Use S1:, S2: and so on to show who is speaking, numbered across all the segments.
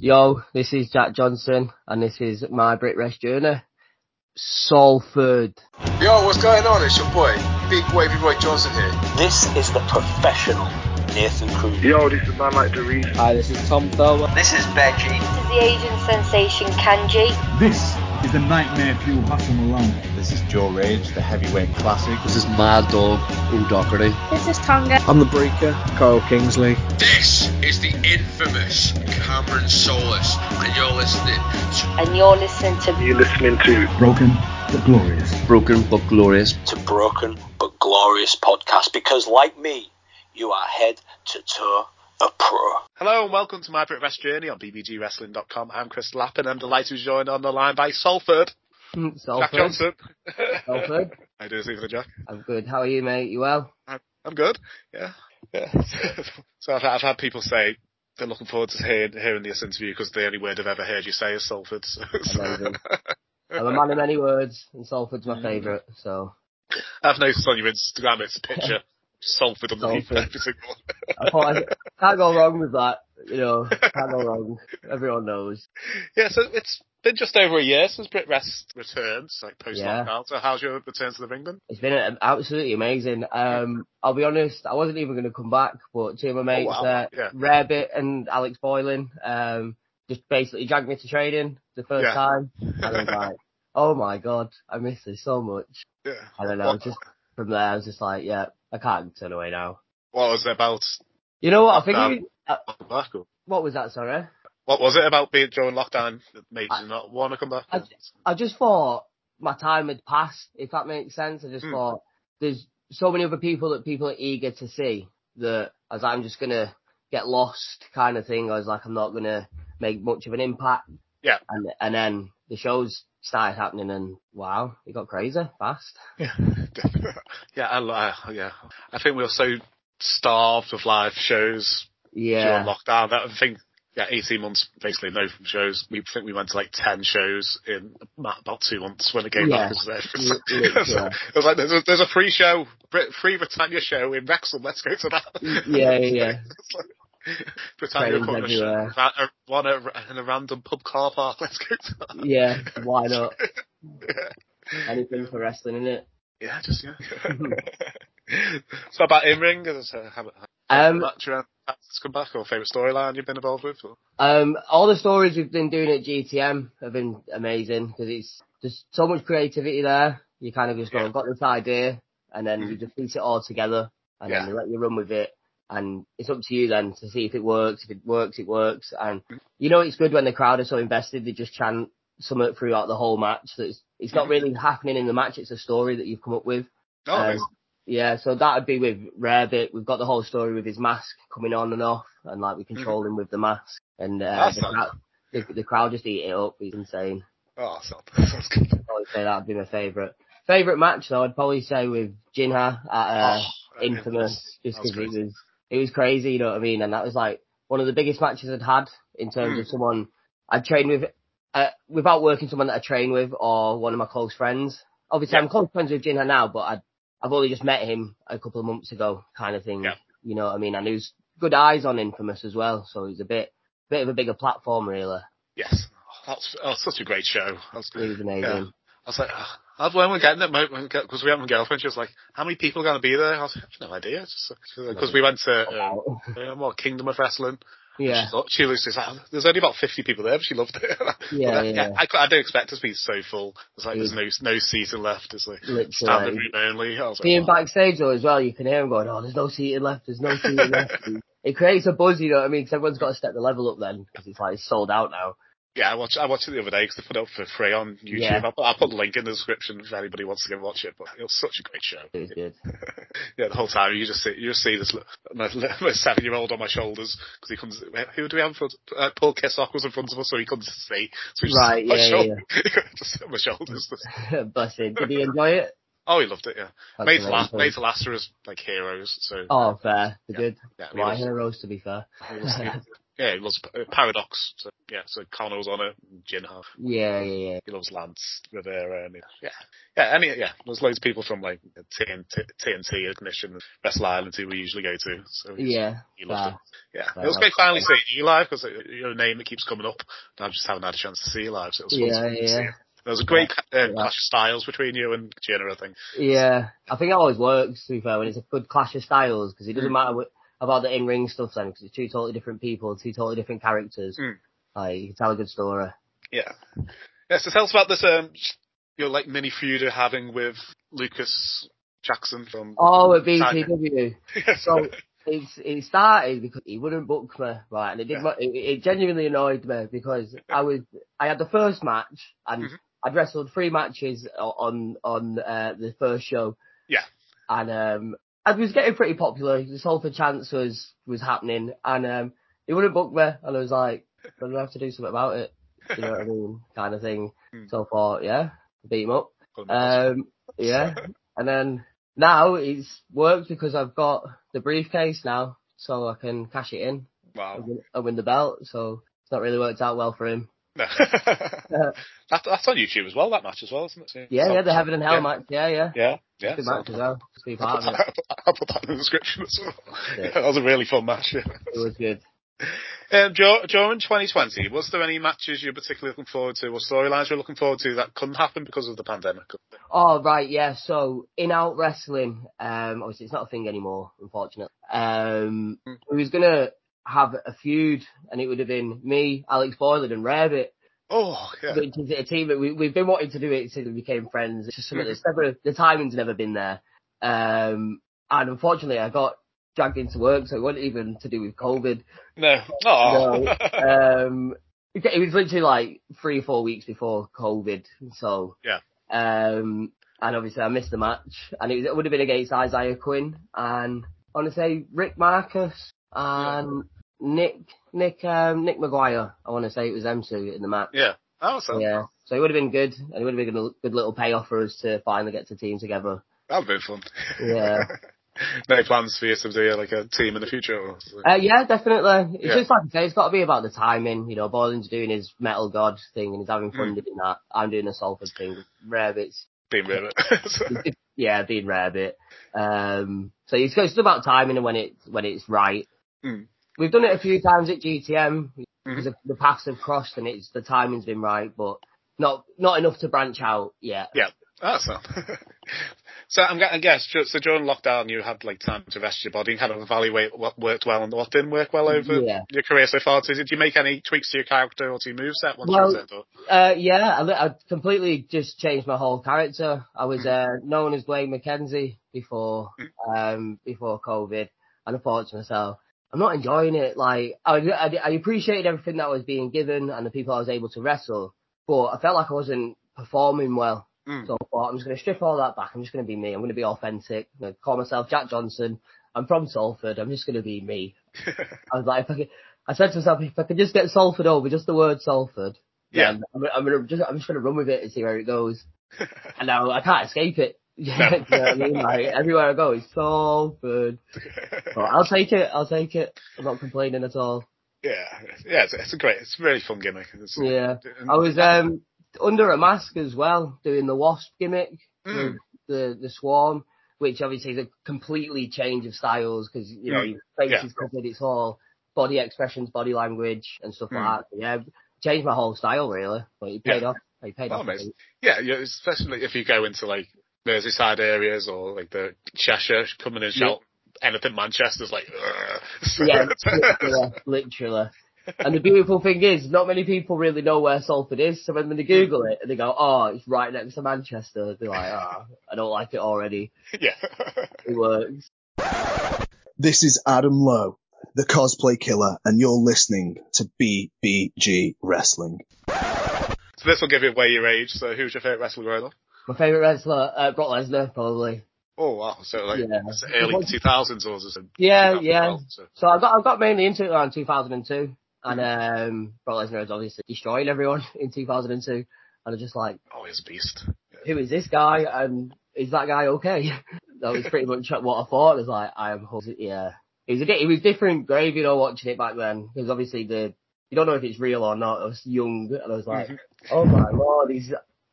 S1: Yo, this is Jack Johnson, and this is my Brit Rest Journey. Salford.
S2: Yo, what's going on? It's your boy, Big Wavy Roy Johnson here.
S3: This is the professional Nathan Cruz.
S4: Yo, this is my like Darius.
S5: Hi, this is Tom Thurber.
S6: This is Veggie.
S7: This is the Asian sensation Kanji.
S8: This is the nightmare fuel Hassan Malone.
S9: This is Joe Rage, the heavyweight classic.
S10: This is Mad Dog, Paul Doherty.
S11: This is Tonga.
S12: I'm the Breaker, Carl Kingsley.
S13: This is the infamous Cameron Solis, and you're listening. To-
S7: and you're listening to.
S4: You're listening to
S8: Broken but Glorious.
S10: Broken but Glorious.
S3: To Broken but Glorious podcast because, like me, you are head to toe a pro.
S14: Hello and welcome to my Brit Rest journey on bbgwrestling.com. I'm Chris Lappin. I'm delighted to be joined on the line by Salford.
S1: Salford.
S14: Jack Johnson.
S1: Salford.
S14: How you doing, Stephen and Jack?
S1: I'm good. How are you, mate? You well?
S14: I'm, I'm good. Yeah. yeah. so I've, I've had people say they're looking forward to hearing, hearing this interview because the only word I've ever heard you say is Salford.
S1: Amazing. I'm a man of many words, and Salford's
S14: Mm.
S1: my favourite. So
S14: I've noticed on your Instagram it's a picture. Salford underneath Salford. every single
S1: I thought I can't go wrong with that. You know, can't go wrong. Everyone knows.
S14: Yeah, so it's been just over a year since Brit Rest returns, like post lockdown. Yeah. So how's your return to the England?
S1: It's been absolutely amazing. Um, I'll be honest, I wasn't even going to come back, but two of my mates,
S14: Oh, wow.
S1: uh,
S14: Yeah.
S1: Rarebit and Alex Boylan, um, just basically dragged me to training the first
S14: Yeah.
S1: time. And I was like, oh my god, I miss this so much.
S14: Yeah.
S1: I don't know,
S14: What,
S1: just from there, I was just like, yeah, I can't turn away now.
S14: what was it about?
S1: You know what? I think.
S14: Um,
S1: it- uh,
S14: lockdown?
S1: what was that? Sorry.
S14: What was it about being during lockdown that made you not want to come back?
S1: I, I just thought my time had passed, if that makes sense. I just
S14: Hmm.
S1: thought there's so many other people that people are eager to see that as I'm just gonna get lost kind of thing. I was like, I'm not gonna make much of an impact.
S14: Yeah.
S1: And and then the shows started happening, and wow, it got crazy fast.
S14: Yeah, yeah, I, li- yeah. I think we were so starved of live shows
S1: Yeah.
S14: during lockdown that I think yeah, eighteen months basically no shows. We think we went to like ten shows in ma- about two months when it came
S1: Yeah.
S14: back. It was, it
S1: Li-
S14: was,
S1: literally.
S14: it was like there's a, there's a free show, Brit- free Britannia show in Wrexham. Let's go to that.
S1: Yeah, yeah, yeah.
S14: It's like, Britannia
S1: Trains
S14: put a
S1: everywhere.
S14: show, ra- a- one at a- in a random pub car park. Let's go to that.
S1: Yeah, why not?
S14: Yeah.
S1: Anything for wrestling, innit?
S14: Yeah, just yeah. so about in ring, as I have
S1: Um,
S14: match around that's come back or favourite storyline you've been involved with? Or?
S1: Um, all the stories we've been doing at GTM have been amazing because it's there's so much creativity there. You kind of just go,
S14: Yeah. Mm-hmm.
S1: I've got this idea, and then you just piece it all together, and
S14: Yeah.
S1: then they let you run with it. And it's up to you then to see if it works. If it works, it works. And
S14: Mm-hmm.
S1: you know it's good when the crowd are so invested; they just chant something throughout the whole match. So it's it's
S14: Mm-hmm.
S1: not really happening in the match. It's a story that you've come up with.
S14: No,
S1: Um,
S14: Oh, amazing.
S1: yeah, so that would be with Rarebit. We've got the whole story with his mask coming on and off, and like we control him with the mask, and uh,
S14: That's
S1: the,
S14: not-
S1: crowd, the, the crowd just eat it up. He's insane.
S14: oh, so, that's good.
S1: I would say that'd be my favourite favourite match though. I'd probably say with Jinha at uh,
S14: Oh,
S1: Infamous, just because
S14: that was
S1: it
S14: crazy.
S1: was it was crazy. You know what I mean? And that was like one of the biggest matches I'd had in terms
S14: Hmm.
S1: of someone I'd trained with. Uh, without working someone that I train with or one of my close friends. Obviously, I'm
S14: Yeah.
S1: close friends with Jinha now, but I'd I've only just met him a couple of months ago, kind of thing.
S14: Yeah.
S1: You know what I mean? And he was good eyes on Infamous as well, so he's a bit, bit of a bigger platform, really.
S14: Yes, that's oh, such a great show. I was,
S1: He was amazing.
S14: Yeah. I was like, oh, I've when we're getting it because we haven't girlfriend. She was like, how many people are going to be there? I was like, I have no idea. Because we went to
S1: Oh, Wow.
S14: uh, um, what Kingdom of Wrestling.
S1: yeah.
S14: She, thought, she was just like, there's only about 50 people there, but she loved it. But,
S1: Yeah, yeah.
S14: I, I didn't expect it to be so full. It's like,
S1: Yeah.
S14: there's no no seating left. It's like,
S1: Literally.
S14: standing room only. I was like,
S1: Being
S14: wow.
S1: backstage though as well, you can hear him going, "Oh, there's no seating left. There's no seating left." It creates a buzz, you know what I mean? 'Cause everyone's got to step the level up then, because it's like it's sold out now.
S14: Yeah, I watched, I watched it the other day because they put it up for free on YouTube.
S1: Yeah.
S14: I'll, put, I'll put the link in the description if anybody wants to go watch it, but it was such a great show.
S1: It was good.
S14: Yeah, the whole time you just see, you just see this little, my, my seven year old on my shoulders because he comes, who do we have in front, uh, Paul Kissock was in front of us so he couldn't see. So he's
S1: Right,
S14: just on my
S1: yeah,
S14: shoulder, just on my shoulders.
S1: Bless him. uh, Did he enjoy it?
S14: Oh, he loved it, yeah.
S1: That's
S14: Made to last,
S1: amazing.
S14: made to last are his, like heroes, so.
S1: Oh, fair. They're
S14: Yeah.
S1: good.
S14: Yeah, we
S1: My
S14: also-
S1: heroes, to be fair.
S14: we also- Yeah, he loves uh, Paradox. So, yeah, so Connell's on it, Jinha.
S1: Yeah, yeah, yeah.
S14: He loves Lance Rivera. And he- yeah, yeah, I mean, yeah, there's loads of people from like TNT, TNT Ignition, Wrestle Island, who we usually go to. So he's-
S1: Yeah,
S14: he loves
S1: fair.
S14: it. Yeah,
S1: Fair
S14: it was
S1: enough.
S14: great finally seeing you live because you're a name that keeps coming up. And I just haven't had a chance to see you live, so it was
S1: Yeah,
S14: fun to see
S1: yeah.
S14: you. There was a great uh,
S1: Yeah.
S14: clash of styles between you and Jenner, I think.
S1: Yeah, I think it always works. To be fair, when it's a good clash of styles, because it doesn't
S14: Mm.
S1: matter what, about the in-ring stuff then, because it's two totally different people, two totally different characters.
S14: Mm.
S1: Like you can tell a good story.
S14: Yeah. Yeah, so tell us about this, um, your like mini feud you're having with Lucas Jackson from.
S1: Oh, at
S14: Tiger.
S1: BTW. So it's it started because he wouldn't book me, right? And it did. not It, it genuinely annoyed me because I was I had the first match and I'd wrestled three matches o- on on uh, the first show.
S14: Yeah.
S1: and um, I was getting pretty popular. This whole for chance was was happening, and um, he wouldn't book me, and I was like, "I'm gonna have to do something about it." You know what I mean, kind of thing. So I thought, yeah, beat him up.
S14: Oh,
S1: Um, yeah, and then now it's worked because I've got the briefcase now, so I can cash it in and
S14: wow.
S1: win, and win the belt. So it's not really worked out well for him.
S14: No. that, that's on YouTube as well, that match as well, isn't it?
S1: Yeah,
S14: So-
S1: yeah, the heaven and hell
S14: yeah.
S1: match. Yeah, yeah,
S14: Yeah, yeah.
S1: good
S14: so-
S1: match as well. Just be
S14: I'll
S1: part
S14: put,
S1: of it.
S14: that, I'll put that in the description as well.
S1: Yeah.
S14: that was a really fun match. Yeah.
S1: It was good.
S14: Um, Joe, during 2020, was there any matches you're particularly looking forward to or storylines you're looking forward to that couldn't happen because of the pandemic?
S1: Oh right, yeah. So in out wrestling, um, obviously it's not a thing anymore, unfortunately. Um,
S14: Mm.
S1: we was gonna have a feud, and it would have been me, Alex Boylan, and Rabbit,
S14: Oh, yeah.
S1: which is a team that we we've been wanting to do it since we became friends. It's just something
S14: Mm-hmm.
S1: that's never the timing's never been there. Um, and unfortunately, I got dragged into work, so it wasn't even to do with COVID.
S14: No. Oh.
S1: No. Um, it it was literally like three or four weeks before COVID. So
S14: Yeah.
S1: Um, and obviously I missed the match, and it, was, it would have been against Isaiah Quinn and I want to say Rick Marcus and Nick Nick um, Nick Maguire. I want to say it was them two in the match.
S14: yeah. That was,
S1: Yeah. So it would have been good, and it would have been a good little payoff for us to finally get to team together.
S14: That'd been fun.
S1: Yeah.
S14: no plans for you to do like a team in the future? Or...
S1: Uh, yeah, definitely. It's
S14: Yeah.
S1: just like I say, it's got to be about the timing. You know, Boylan's doing his metal god thing and he's having fun
S14: Mm.
S1: doing that. I'm doing the Salford thing. Rabbits,
S14: Being real.
S1: yeah, being Rabbit. Um, so it's it's about timing and when it when it's right.
S14: Mm. Mm-hmm.
S1: We've done it a few times at GTM. 'cause The, the paths have crossed and it's the timing's been right, but not not enough to branch out yet.
S14: yeah. That's not. so I'm going to guess, ju- so during lockdown you had like time to rest your body and kind of evaluate what worked well and what didn't work well over
S1: Yeah.
S14: your career so far. So did you make any tweaks to your character or to your moveset once
S1: Well-
S14: you returned? Or...
S1: Uh, yeah, I, li- I completely just changed my whole character. I was uh, known as Wayne McKenzie before um, before COVID, and I thought to myself, I'm not enjoying it. Like I, I, I appreciated everything that was being given and the people I was able to wrestle, but I felt like I wasn't performing well. So I thought, I'm just going to strip all that back. I'm just going to be me. I'm going to be authentic. I'm going to call myself Jack Johnson. I'm from Salford. I'm just going to be me. I was like, if I, could, I said to myself, if I could just get Salford over, just the word Salford.
S14: Yeah.
S1: then I'm, I'm gonna just, I'm just gonna run with it and see where it goes. and now I can't escape it. Yeah, you know what I mean? Like, everywhere I go, it's Salford. But I'll take it. I'll take it. I'm not complaining at all.
S14: Yeah. Yeah. It's, it's a great, it's a really fun gimmick. It's-
S1: Yeah.
S14: and-
S1: I was um under a mask as well, doing the wasp gimmick,
S14: Mm.
S1: the the swarm, which obviously is a completely change of styles because you know
S14: Mm.
S1: your face
S14: Yeah.
S1: is covered, it's all body expressions, body language, and stuff
S14: Mm.
S1: like that. yeah, changed my whole style really, but it paid
S14: Yeah.
S1: off. It paid
S14: Oh,
S1: off. I
S14: amazing.
S1: think.
S14: Yeah, yeah, especially if you go into like Merseyside areas or like the Cheshire coming and shout anything Manchester's like. "Ugh."
S1: Yeah, literally, literally. And the beautiful thing is, not many people really know where Salford is. So when they Google it and they go, "Oh, it's right next to Manchester," they're like, "Ah, I don't like it already."
S14: yeah.
S1: It works.
S12: This is Adam Lowe, the cosplay killer, and you're listening to BBG Wrestling.
S14: So this will give you away your age. So who's your favorite wrestler growing up?
S1: My favorite wrestler, uh, Brock Lesnar, probably.
S14: Oh wow, so like
S1: Yeah.
S14: it's early two thousands or something.
S1: Yeah, yeah.
S14: So.
S1: So I got I got mainly into it around 2002, and um, Brock Lesnar was obviously destroying everyone in 2002, and I'm just like,
S14: Oh, he's a beast.
S1: who is this guy? And is that guy okay? that was pretty much what I thought. It was like, I am, hus- yeah, It was a di- it was different gravy, you know, watching it back then because obviously the you don't know if it's real or not. I was young and I was like, oh my lord, he's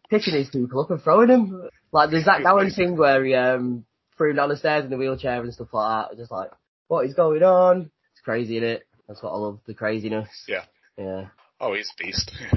S1: picking these people up and throwing them. Like there's that Darren thing where he um, threw him down the stairs in the wheelchair and stuff like that. I was just like, what is going on? It's crazy, in it? That's what I love, the craziness.
S14: Yeah.
S1: Yeah.
S14: Oh, he's a beast.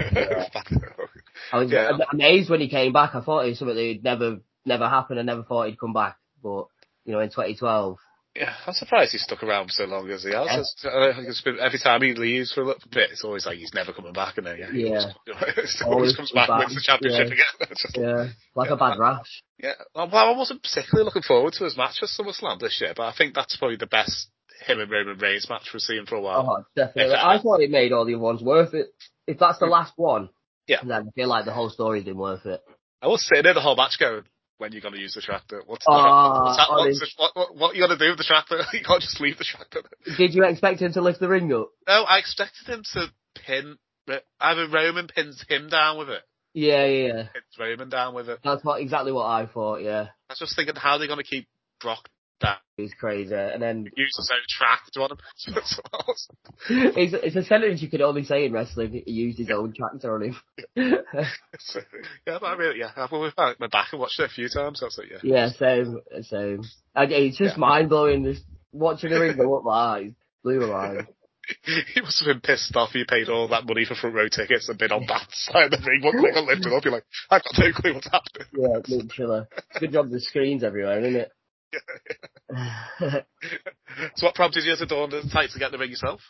S1: I was
S14: Yeah.
S1: am- amazed when he came back. I thought it was something that would never, never happen. I never thought he'd come back. But, you know, in 2012,
S14: Yeah, I'm surprised he's stuck around so long as he has. It's- I think it's been, every time he leaves for a little bit, it's always like he's never coming back, and then yeah, he
S1: Yeah.
S14: always, always,
S1: Always
S14: comes back,
S1: comes back,
S14: and wins the championship
S1: yeah.
S14: again. It's just-
S1: yeah, like a bad rash.
S14: yeah, well, I wasn't particularly looking forward to his match at SummerSlam this year, but I think that's probably the best him and Roman Reigns match we've seen for a while.
S1: Oh, definitely.
S14: Exactly.
S1: I thought it made all the other ones worth it. If that's the last one,
S14: Yeah.
S1: then I feel like the whole story's been worth it.
S14: I was sitting there the whole match going, when are you going to use the tractor? What's the
S1: Ah,
S14: tractor? What's that-
S1: honest.
S14: what's the- what, what, what are you going to do with the tractor? you can't just leave the tractor.
S1: Did you expect him to lift the ring up?
S14: No, I expected him to pin, either Roman pins him down with it,
S1: Yeah, yeah, yeah.
S14: pins Roman down with it.
S1: That's what exactly what I thought. Yeah,
S14: I was just thinking, how are they going to keep Brock down?
S1: it was crazy. And then
S14: Use his own tractor on him. That's what I was-
S1: it's, it's a sentence you could only say in wrestling. He used his own tractor on him.
S14: yeah, but I really, yeah, I've went back, went back and watched it a few times. That's it, yeah.
S1: yeah, same, same. And it's just
S14: Yeah.
S1: mind blowing. Just watching the ring go up my eyes, blew my mind.
S14: He must have been pissed off. He paid all that money for front row tickets and been on that side of the ring. One thing I lifted up, you're like, I've got no clue what's happening.
S1: Yeah, literally. Good job the screens everywhere, isn't it?
S14: So what prompted you to don the tights to get the ring yourself?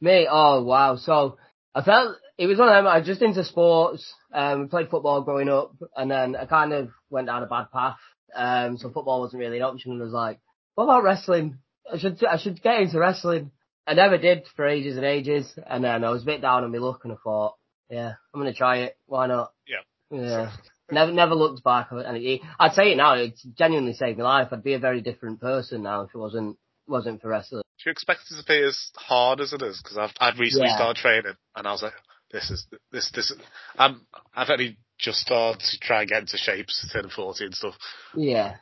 S1: Me? Oh wow! So I felt it was one of them. I was just into sports. Um, we played football growing up, and then I kind of went down a bad path. Um, so football wasn't really an option, and I was like, "What about wrestling? I should I should get into wrestling." I never did for ages and ages, and then I was a bit down on my luck, and I thought, "Yeah, I'm gonna try it. Why not?"
S14: Yeah.
S1: Yeah. Never, never looked back. And it, I'd say it now. It's genuinely saved my life. I'd be a very different person now if it wasn't wasn't for wrestling.
S14: Do you expect it to be as hard as it is? Because I've I've recently
S1: Yeah.
S14: started training, and I was like, this is this this. I'm I've only just started to try and get into shape, since turning forty and stuff.
S1: Yeah.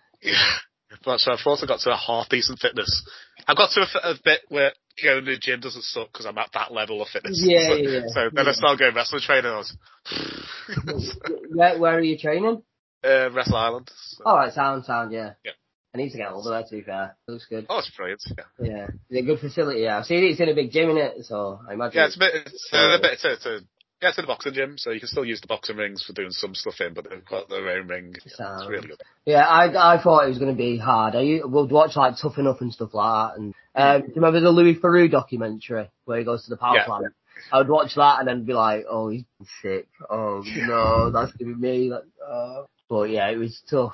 S14: but so I've also got to a half decent fitness. I've got to a, fi- a bit where going to the gym doesn't suck because I'm at that level of fitness.
S1: Yeah,
S14: so,
S1: yeah, yeah.
S14: so then I
S1: Yeah.
S14: started going wrestling training. and I was
S1: Where, where are you training?
S14: uh, Wrestle Island. So-
S1: All right, sound, sound, yeah.
S14: Yeah.
S1: I need to get older. To be fair, looks good.
S14: Oh, it's brilliant. Yeah,
S1: Yeah, it's a good facility. Yeah, I've seen it. It's in a big gym in it, so I imagine.
S14: yeah it's a bit. It's uh, a bit. It's, a- it's a, yeah, it's in a boxing gym, so you can still use the boxing rings for doing some stuff in, but they've got their own ring. Yeah, it's
S1: Sound.
S14: really good.
S1: Yeah, I I thought it was going to be hard. I u- would watch like Tough Enough and stuff like that. And um, do you remember the Louis Theroux documentary where he goes to the power
S14: Yeah.
S1: plant? I would watch that and then be like, oh, he's sick. Oh no, that's gonna be me. Like, oh. But yeah, it was tough.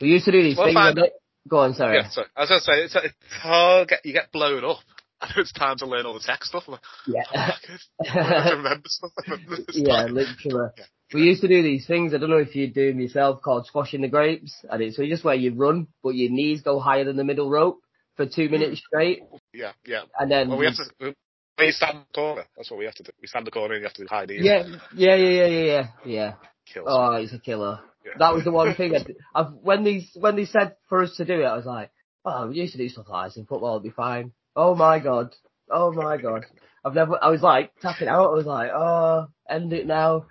S1: We used to do these
S14: Well,
S1: things.
S14: fine.
S1: like- Go on, sorry.
S14: Yeah, so as I say, it's, it's hard. Get, you get blown up. I know it's time to learn all the tech stuff. I'm like,
S1: yeah.
S14: "Fuck it." I have to remember stuff. It's
S1: yeah,
S14: like-
S1: literally. We used to do these things. I don't know if you do them yourself, called squashing the grapes, and it's just where you run, but your knees go higher than the middle rope for two minutes straight,
S14: yeah, yeah.
S1: and then
S14: Hmm. Well, we have to. We stand the corner. That's what we have to do. We stand the corner and you have to hide. these.
S1: yeah, yeah, yeah, yeah, yeah, yeah, yeah.
S14: Kills.
S1: Oh, it's a killer.
S14: Yeah.
S1: That was the one thing. I, I've, when these when they said for us to do it, I was like, oh, we used to do stuff like this in football. It'd be fine. Oh my god. Oh my god. I've never. I was like tapping out. I was like, oh, end it now.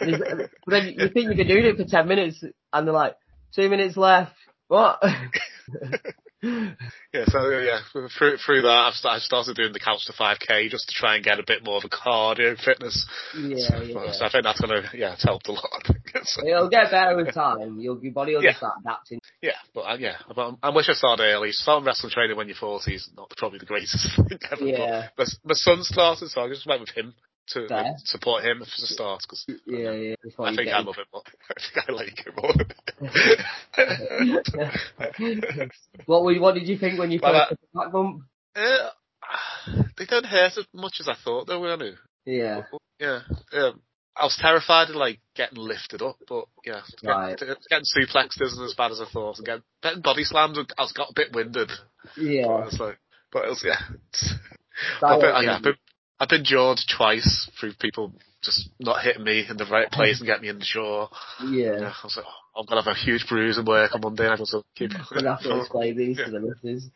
S1: And he's- but then uh, you think you've been doing it for 10 minutes, and they're like, two minutes left. What?
S14: Yeah, so yeah, through, through that, I've, sta- I've started doing the couch to 5k just to try and get a bit more of a cardio fitness.
S1: yeah,
S14: so,
S1: yeah.
S14: so I think that's gonna yeah, it's helped a lot. I think. It's-
S1: It'll get better with time. You'll, your body will
S14: Yeah.
S1: just start adapting.
S14: yeah, but uh, yeah, but I wish I started early. Starting wrestling training when you're 40 is not probably the greatest thing ever.
S1: Yeah.
S14: But my, s- my son started, so I just went with him to uh,
S1: Fair.
S14: support him for the start because
S1: Yeah, yeah. That's what
S14: I
S1: you
S14: think
S1: get.
S14: I love it more. I think I like it more.
S1: What were you, What did you think when you
S14: Well,
S1: first
S14: that-
S1: took the back bump?
S14: uh, they don't hurt as much as I thought they were. No.
S1: Yeah.
S14: Yeah. Um, I was terrified of like getting lifted up, but yeah,
S1: Right.
S14: getting, getting suplexed isn't as bad as I thought. And getting, getting body slams, I was got a bit winded. But
S1: Yeah.
S14: it's like, but it was yeah.
S1: That
S14: I've been,
S1: was
S14: yeah, I've been, I've been jawed twice through people just not hitting me in the right place and getting me in the jaw.
S1: Yeah.
S14: I was like, oh, I'm gonna have a huge bruise and work on Monday, and I was like, keep.
S1: I'm gonna have to explain these to the listeners.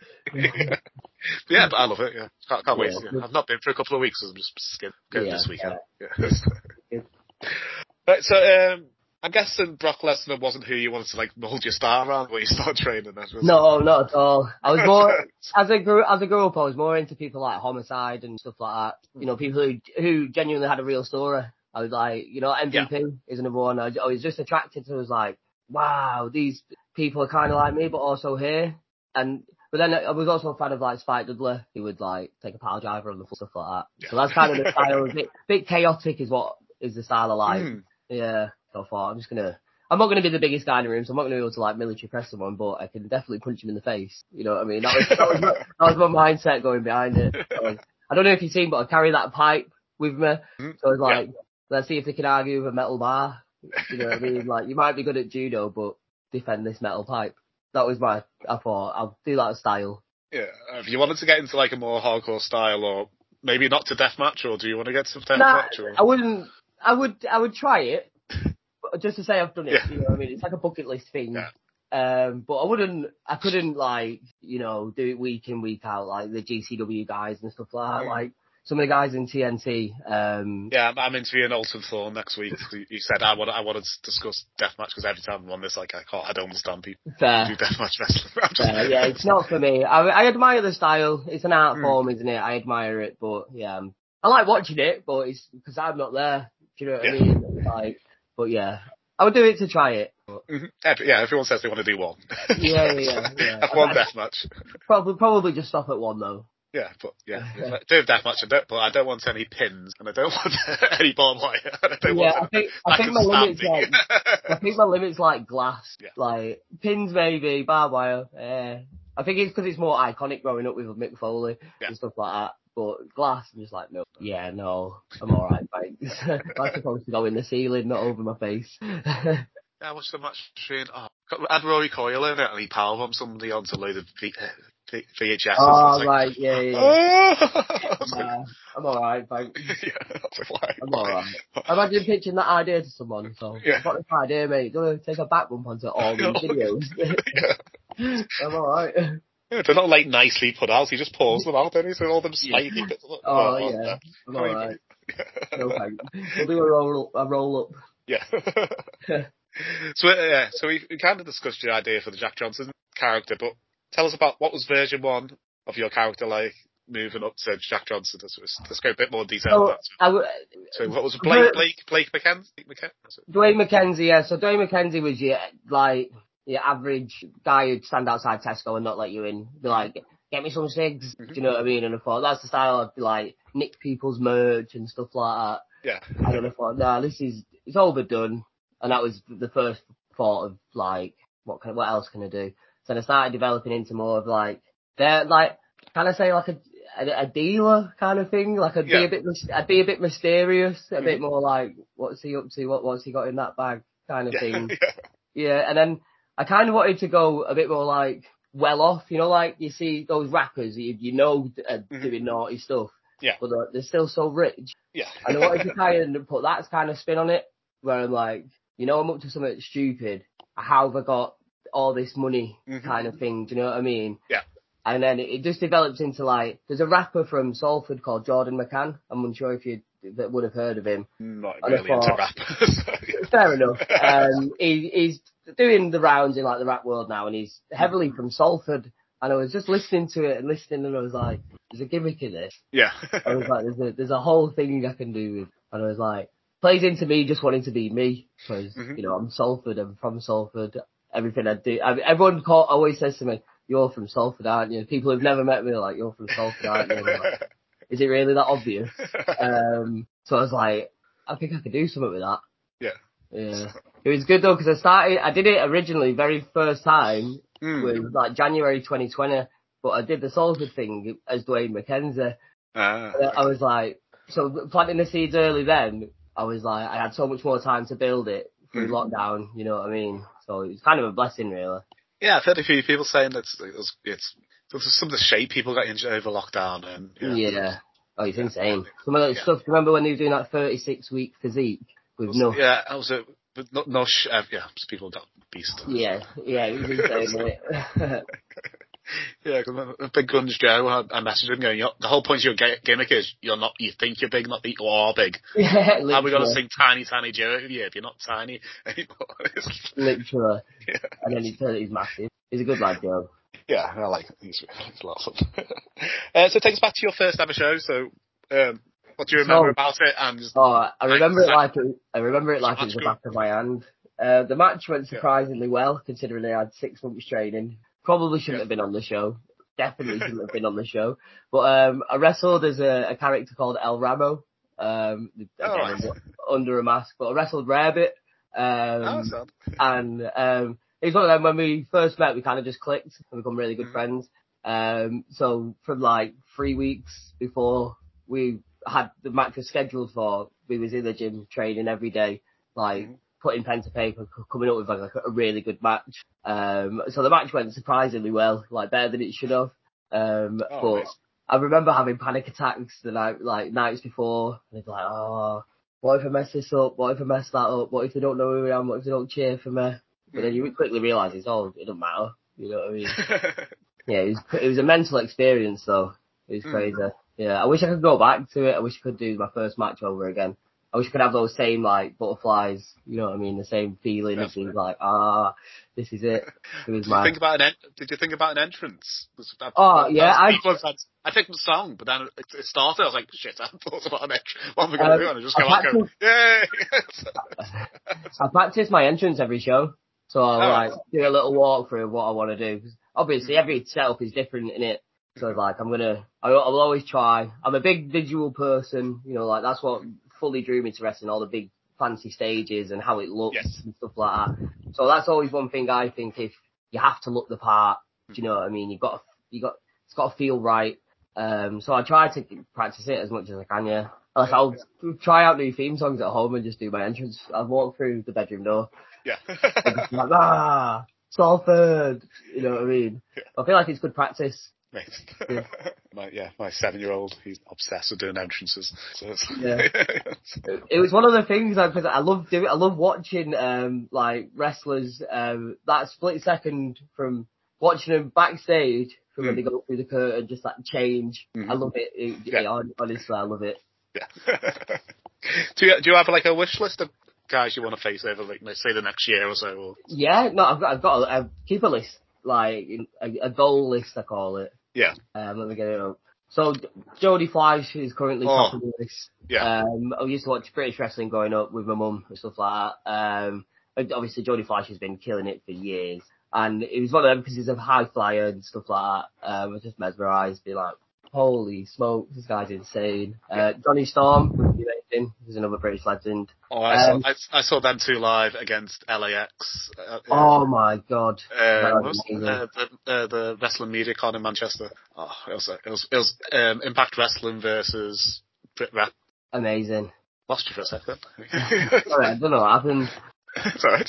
S14: yeah, but I love it. Yeah, can't, can't wait.
S1: Yeah.
S14: Yeah. I've not been for a couple of weeks, so I'm just scared going
S1: Yeah,
S14: this weekend. Yeah.
S1: Good.
S14: right, so um, I'm guessing Brock Lesnar wasn't who you wanted to like mold your star around when you start training. That was
S1: No, not at all. I was more as I grew as I grew up, I was more into people like homicide and stuff like that. You know, people who who genuinely had a real story. I was like, you know, MVP is another one. I, I was just attracted to. I was like, wow, these people are kind of like me, but also here. And but then I was also a fan of like Spike Dudley, who would like take a power driver on the floor, stuff like that. So that's kind of the style. A bit, bit chaotic is what is the style I like.
S14: Hmm.
S1: Yeah, so far. I'm just gonna. I'm not gonna be the biggest guy in the room, so I'm not gonna be able to like military press someone, but I can definitely punch him in the face. You know what I mean? That was, that was, my, that was my mindset going behind it. I, was- I don't know if you've seen, but I carry that pipe with me.
S14: Hmm?
S1: So I was like, let's see if they can argue with a metal bar. You know what I mean? Like, you might be good at judo, but defend this metal pipe. That was my. I thought I'll do that style.
S14: Yeah, if you wanted to get into like a more hardcore style, or maybe not to deathmatch, or do you want to get to
S1: Nah,
S14: deathmatch? Or...
S1: I wouldn't. I would. I would try it, but just to say I've done it.
S14: Yeah.
S1: You know, what I mean, it's like a bucket list thing.
S14: Yeah.
S1: Um, but I wouldn't. I couldn't like you know do it week in week out like the GCW guys and stuff like that.
S14: Mm.
S1: Like some of the guys in TNT. Um,
S14: Yeah, I'm, I'm interviewing Alton Thorne next week. You- You said I want I want to discuss deathmatch because every time I'm on this, like I can't, I don't understand people
S1: fair.
S14: who do deathmatch wrestling. I'm just-
S1: fair. yeah, it's not for me. I, I admire the style. It's an
S14: Hmm.
S1: art form, isn't it? I admire it, but yeah, um, I like watching it, but it's because I'm not there. Do you know what I
S14: Yeah.
S1: mean? Like, but yeah, I would do it to try it. But,
S14: Mhm. Every- yeah, everyone says they want to do one.
S1: Yeah, yeah, yeah.
S14: I've won deathmatch.
S1: Probably, probably just stop at one though.
S14: Yeah, but yeah, do deathmatch. I don't, but I don't want any pins, and I don't want any barbed wire. and I don't
S1: Yeah,
S14: want.
S1: I think- I think
S14: can
S1: my
S14: stab
S1: limit's
S14: me.
S1: like- I think my limit's like glass,
S14: Yeah.
S1: like pins maybe, barbed wire. Yeah, I think it's because it's more iconic growing up with Mick Foley
S14: Yeah.
S1: and stuff like that. But glass, I'm just like no. Yeah, no, I'm all right, thanks. I'm supposed to go in the ceiling, not over my face.
S14: Yeah, I watched the match train. Oh, I had Rory Coyle in it, and he powerbombed somebody onto a load of v- uh, v- VHS.
S1: oh right, yeah, yeah. yeah.
S14: I was like,
S1: Nah, I'm all right, thanks.
S14: yeah, I was like, why?
S1: I'm all right. Imagine pitching that idea to someone. So,
S14: Yeah. Oh,
S1: I've got this idea, mate. Gonna take a back bump onto all these videos. I'm all right.
S14: Yeah, they're not like nicely put out. He just pours them out, don't he? So all them spiky bits. Oh,
S1: Oh, yeah. I'm all right. No thanks. We'll do a roll up. A roll up.
S14: Yeah. so uh, yeah, so we, we kind of discussed your idea for the Jack Johnson character, but tell us about what was version one of your character like moving up to Jack Johnson. Let's, let's go a bit more detail.
S1: So,
S14: on that.
S1: I w-
S14: So what was it?
S1: Oh, uh, Ver-
S14: Blake Blake Blake McKenzie? McKenzie?
S1: Dwayne McKenzie, yeah. So Dwayne McKenzie was your like your average guy who'd stand outside Tesco and not let you in. Be like, get me some cigs. Do you know what I mean? And I thought that's the style I'd be like nick people's merch and stuff like
S14: Yeah.
S1: that. And then I thought, nah, this is it's overdone. And that was the first thought of like, what can what else can I do? So then I started developing into more of like they're like can I say like a a, a dealer kind of thing? Like I'd be
S14: Yeah. Mm-hmm.
S1: a bit mys- I'd be a bit mysterious, a bit more like what's he up to? What what's he got in that bag? Kind of thing.
S14: yeah.
S1: Yeah, and then I kind of wanted to go a bit more like well off, you know, like you see those rappers that you, you know are doing naughty stuff,
S14: Mm-hmm. Yeah.
S1: but they're, they're still so rich.
S14: Yeah.
S1: And I wanted to kind of put that kind of spin on it, where I'm like, you know, I'm up to something stupid. How have I got all this money kind of thing? Do you know what I mean?
S14: Yeah.
S1: And then it, it just develops into like, there's a rapper from Salford called Jordan McCann. I'm unsure if you that would have heard of him.
S14: Not
S1: I
S14: really into
S1: thought-
S14: rap. So, yeah.
S1: Fair enough. Um, he, he's doing the rounds in like the rap world now, and he's heavily from Salford. And I was just listening to it and listening, and I was like, "There's a gimmick in this."
S14: Yeah.
S1: I was like, "There's a there's a whole thing I can do with." And I was like, plays into me just wanting to be me because
S14: Mm-hmm.
S1: you know I'm Salford. I'm from Salford. Everything I do, I, everyone call, always says to me, "You're from Salford, aren't you?" People who've never met me are like, "You're from Salford, aren't you?" And I'm like, is it really that obvious? um, so I was like, I think I could do something with that.
S14: Yeah.
S1: Yeah. It was good though because I started, I did it originally very first time
S14: Hmm.
S1: was like January 2020, but I did the Salford thing as Dwayne McKenzie.
S14: Ah.
S1: And I was like, so planting the seeds early then, I was like, I had so much more time to build it through
S14: Mm-hmm.
S1: lockdown, you know what I mean? So it was kind of a blessing really.
S14: Yeah, I've heard a few people saying that it's, it's, it's, it's some of the shape people got injured over lockdown, and yeah,
S1: Yeah. Oh, he's insane. Some of that
S14: Yeah.
S1: stuff. Remember when they were doing that 36 week physique with no?
S14: Yeah, that was a but not Nosh. Uh, yeah, it was people that beast.
S1: Yeah, yeah, it was insane. wasn't it?
S14: Yeah, because Big Guns Joe, I, I messaged him going, "You're- the whole point of your ga- gimmick is you're not, you think you're big, not that you are big.
S1: yeah,
S14: How are we going to
S1: literally.
S14: sing Tiny Tiny Joe over you if you're not tiny anymore? It's-
S1: Literally.
S14: yeah.
S1: And then he turned he's massive. He's a good lad, Joe.
S14: yeah, I like it. He's, he's lots of uh, So take us back to your first ever show. So um, what do you remember
S1: So-
S14: about it? And just,
S1: Oh, I remember it like it, I remember it like it
S14: That's
S1: was the
S14: good.
S1: back of my hand. Uh, the match went surprisingly well considering I had six months training. Probably shouldn't
S14: Yeah.
S1: have been on the show. Definitely shouldn't have been on the show. But um, I wrestled as a, a character called El Ramo. Um, again,
S14: right.
S1: under, under a mask, but I wrestled Rabbit. Um,
S14: oh, that's odd.
S1: and um, it was one of them when we first met, we kind of just clicked and become really good friends. Um, so from like three weeks before we had the match was scheduled for, we was in the gym training every day, like putting pen to paper, c- coming up with like a really good match. Um, so the match went surprisingly well, like better than it should have. Um,
S14: Oh,
S1: but
S14: nice.
S1: I remember having panic attacks the night, like nights before, and it's like, oh, what if I mess this up? What if I mess that up? What if they don't know who I am? What if they don't cheer for me? But then you quickly realise it's all, it doesn't matter. You know what I mean? yeah, it was, it was a mental experience though. It
S14: Mm.
S1: was crazy. Yeah, I wish I could go back to it. I wish I could do my first match over again. I wish I could have those same like butterflies. You know what I mean? The same feeling of being like, ah, this is it. It was
S14: Did you
S1: mad.
S14: think about an en- Did you think about an entrance? Was that-
S1: Oh,
S14: that-
S1: yeah, I-
S14: that was- I picked the song, but then it, it started. I was like, shit, I thought about an entrance. What am I going to
S1: Um,
S14: do? And I just
S1: I
S14: came out going, yay!
S1: I practice my entrance every show. So I
S14: Oh. Mm.
S1: like do a little walk through of what I want to do. 'Cause Obviously every setup is different in it. So it's like I'm gonna, I, I'll always try. I'm a big visual person, you know, like that's what fully drew me to wrestling, all the big fancy stages and how it looks
S14: Yes.
S1: and stuff like that. So that's always one thing I think if you have to look the part, do you know what I mean? You've got, you got, it's got to feel right. Um, so I try to practice it as much as I can. Yeah, like I'll try out new theme songs at home and just do my entrance. I walk through the bedroom door,
S14: yeah.
S1: like ah, Salford. You know what I mean? I feel like it's good practice.
S14: Mate. my, yeah, my seven-year-old, he's obsessed with doing entrances. So it's-
S1: It it was one of the things like, 'cause I love doing. I love watching um like wrestlers um that split second from watching them backstage from when they go through the curtain, just that change. I love it. It-
S14: Mm. Mm-hmm. Yeah.
S1: yeah, hon- honestly, I love it.
S14: yeah. do you do you have like a wish list of guys you want to face over, like let's say the next year or so? Or,
S1: Yeah, no, I've got, I've got a, I keep a list, like a, a goal list, I call it.
S14: yeah,
S1: Um, let me get it up. So J- Jody Fleisch is currently
S14: Oh,
S1: top of the list.
S14: yeah.
S1: Um, I used to watch British wrestling growing up with my mum and stuff like that. Um, and obviously Jody Fleisch has been killing it for years, and it was one of them because he's a high flyer and stuff like that. Um, I was just mesmerised, be like, holy smokes, this guy's insane. Uh, Johnny Storm would be amazing. He's another British legend.
S14: Oh, I,
S1: Um,
S14: saw, I, I saw them two live against LAX. Uh,
S1: Oh my god.
S14: uh,
S1: That
S14: what
S1: was
S14: was-
S1: amazing.
S14: uh, the, uh, the wrestling media con in Manchester. Oh, it was it was, it was um, Impact Wrestling versus Brit Rap.
S1: amazing.
S14: Lost you for a second.
S1: Sorry, I don't know what happened.
S14: it's alright.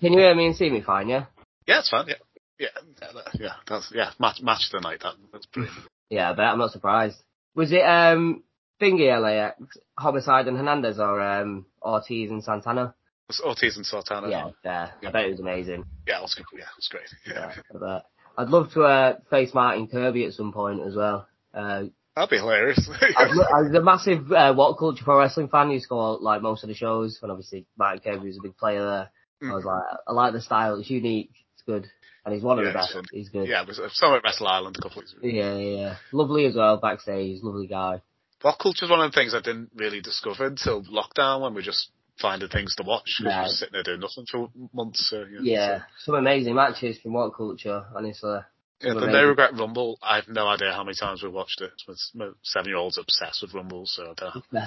S1: Can you hear me and see me fine, yeah?
S14: yeah, it's fine. Yeah, yeah, yeah, that- yeah. That's yeah. Match match of the night. That that's brilliant.
S1: Yeah, I bet. I'm not surprised. Was it, um, Thingy LAX, Homicide and Hernandez or, um, Ortiz and Santana?
S14: It's Ortiz and Santana.
S1: Yeah, yeah. I bet it was amazing.
S14: yeah, it was good. Yeah, it was great. Yeah.
S1: I bet. I'd love to, uh, face Martin Kirby at some point as well. Uh,
S14: That'd be hilarious.
S1: I I was a massive uh, What Culture Pro Wrestling fan. He used to go on, like most of the shows, and obviously Martin Kirby was a big player there. I was
S14: Mm-hmm.
S1: like, I like the style. It's unique. It's good, and he's one of
S14: Yeah,
S1: the
S14: it's
S1: best.
S14: fun.
S1: He's good.
S14: yeah, it was uh, somewhere at Wrestle Island a couple of weeks ago.
S1: Yeah, yeah, yeah. Lovely as well, backstage. Lovely guy.
S14: Rock culture's one of the things I didn't really discover until lockdown when we just finding things to watch. 'cause we
S1: Yeah.
S14: were sitting there doing nothing for months. So, yeah.
S1: Yeah. Some amazing matches from What Culture, honestly.
S14: So, yeah, the
S1: amazing.
S14: No Regret Rumble, I have no idea how many times we watched it. My, my seven-year-old's obsessed with Rumble, so I don't know.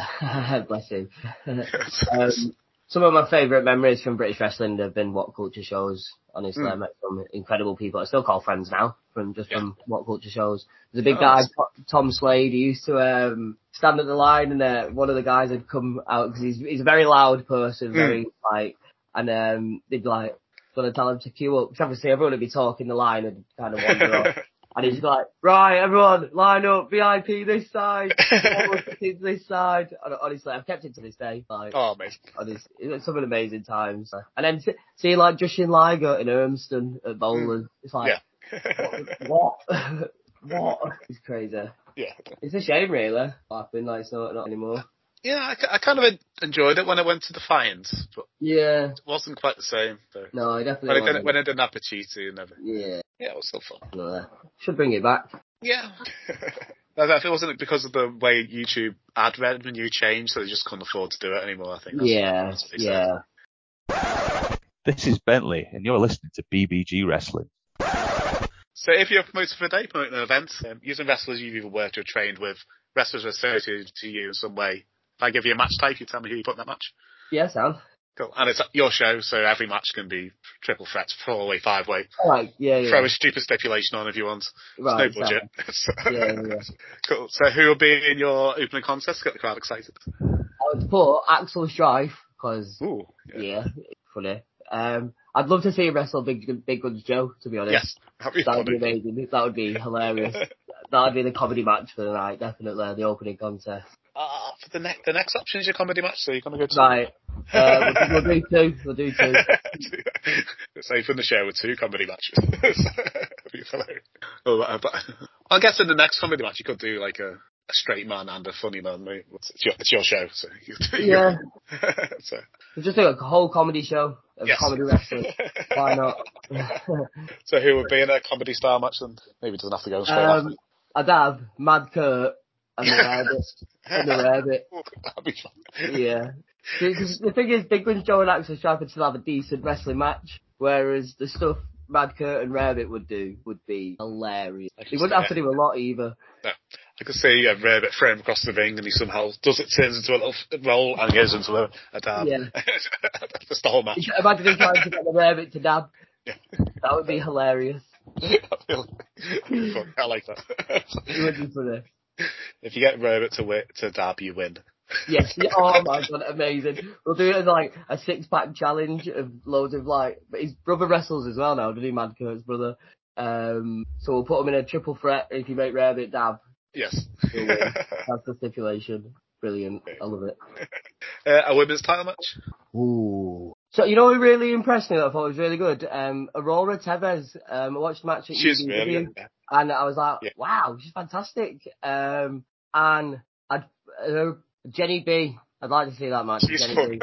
S1: Bless him. um, some of my favourite memories from British wrestling have been What Culture shows. Honestly, I met some incredible people. I still call friends now from just from What Culture shows. There's a big
S14: Oh,
S1: guy,
S14: that's-
S1: To- Tom Slade. He used to um, stand at the line, and uh, one of the guys had come out because he's he's a very loud person, very like, and um, they'd be like. Gonna tell him to queue up. 'Cause obviously everyone would be talking the line and kind of wander off. And he's like, right, everyone, line up, VIP this side, kids this side. And honestly, I've kept it to this day. Like,
S14: oh, amazing.
S1: Honest, it's some amazing times. And then see, see like Justin Liger in Ermston at
S14: Hmm.
S1: Bowling. It's like, what? what? what? It's crazy.
S14: Yeah.
S1: It's a shame, really. I've been like, it's not, not anymore.
S14: Yeah, I, ki- I kind of en- enjoyed it when I went to Defiance, but
S1: Yeah.
S14: it wasn't quite the same. So.
S1: No, I
S14: When
S1: definitely.
S14: I, did,
S1: wasn't.
S14: when I did Napachiti and everything.
S1: yeah.
S14: Yeah, it was still fun.
S1: No. Should bring it back.
S14: Yeah. I think it wasn't because of the way YouTube ad revenue changed, so they just couldn't afford to do it anymore, I think. That's
S1: Yeah.
S14: that's what they said.
S1: Yeah.
S5: This is Bentley, and you're listening to BBG Wrestling.
S14: So if you're a promoter for a day, promoting an event, um, using wrestlers you've either worked or trained with, wrestlers are associated to you in some way. If I give you a match type, you tell me who you put in that match.
S1: Yeah, Sam.
S14: Cool. And it's your show, so every match can be triple threats, four way, five way.
S1: All right. Oh, Yeah. Yeah.
S14: Throw a stupid stipulation on if you want.
S1: right.
S14: no budget.
S1: Sam. Yeah. yeah, yeah.
S14: Cool. So who will be in your opening contest? Get the crowd excited.
S1: I would put Axel Strife because
S14: Ooh.
S1: yeah, it's funny. Um, I'd love to see him wrestle Big Big Guns Joe. To be honest,
S14: Yes. That'd be
S1: that would be
S14: funny.
S1: amazing. That would be hilarious. that would be the comedy match for the night, definitely. The opening contest.
S14: Ah, for the next the next option is your comedy match, so you're gonna go to
S1: Right. Uh, we'll, we'll do two. We'll do two.
S14: Let's open the show with two comedy matches. That'd be hilarious. Well, uh, but I guess in the next comedy match you could do like a, a straight man and a funny man. right? It's your, it's your show, so you
S1: Yeah.
S14: so
S1: We'll just do a whole comedy show of
S14: Yes.
S1: comedy wrestlers. Why not?
S14: so who would be in a comedy style match then? Maybe it doesn't have to go straight
S1: um, I'd have Mad Kurt and the Rabbit. and the Rabbit.
S14: after. That'd be fun.
S1: Yeah. The, the- the thing is, Big Wins Joe and Axel Strife would still have a decent wrestling match, whereas the stuff Mad Kurt and Rabbit would do would be hilarious.
S14: I
S1: They
S14: just-
S1: wouldn't have to do a lot either.
S14: I could see a rabbit frame across the ring, and he somehow does it, turns into a little f- roll, and goes into a, a dab.
S1: Yeah.
S14: That's the whole match.
S1: Imagine him trying to get the Rabbit to dab. That would be hilarious.
S14: I feel- Fuck, I like
S1: It would
S14: that.
S1: be funny.
S14: if you get rabbit to win, to dab, you win.
S1: Yes. yeah, Oh my god, amazing. We'll do it as like a six pack challenge of loads of like, but his brother wrestles as well now, doesn't he, Mad Kurt's brother? Um, so we'll put him in a triple threat. If you make Rabbit dab,
S14: Yes.
S1: You'll win. that's the stipulation. Brilliant. I love it.
S14: uh, a women's title match.
S1: Ooh. So you know who really impressed me that I thought was really good? Um, Aurora Tevez. Um, I watched the match at
S14: She's
S1: UCW,
S14: really good.
S1: and I was like,
S14: Yeah.
S1: wow, she's fantastic. Um, and I'd uh, Jenny B. I'd like to see that match.
S14: She's
S1: Jenny
S14: fun.
S1: B.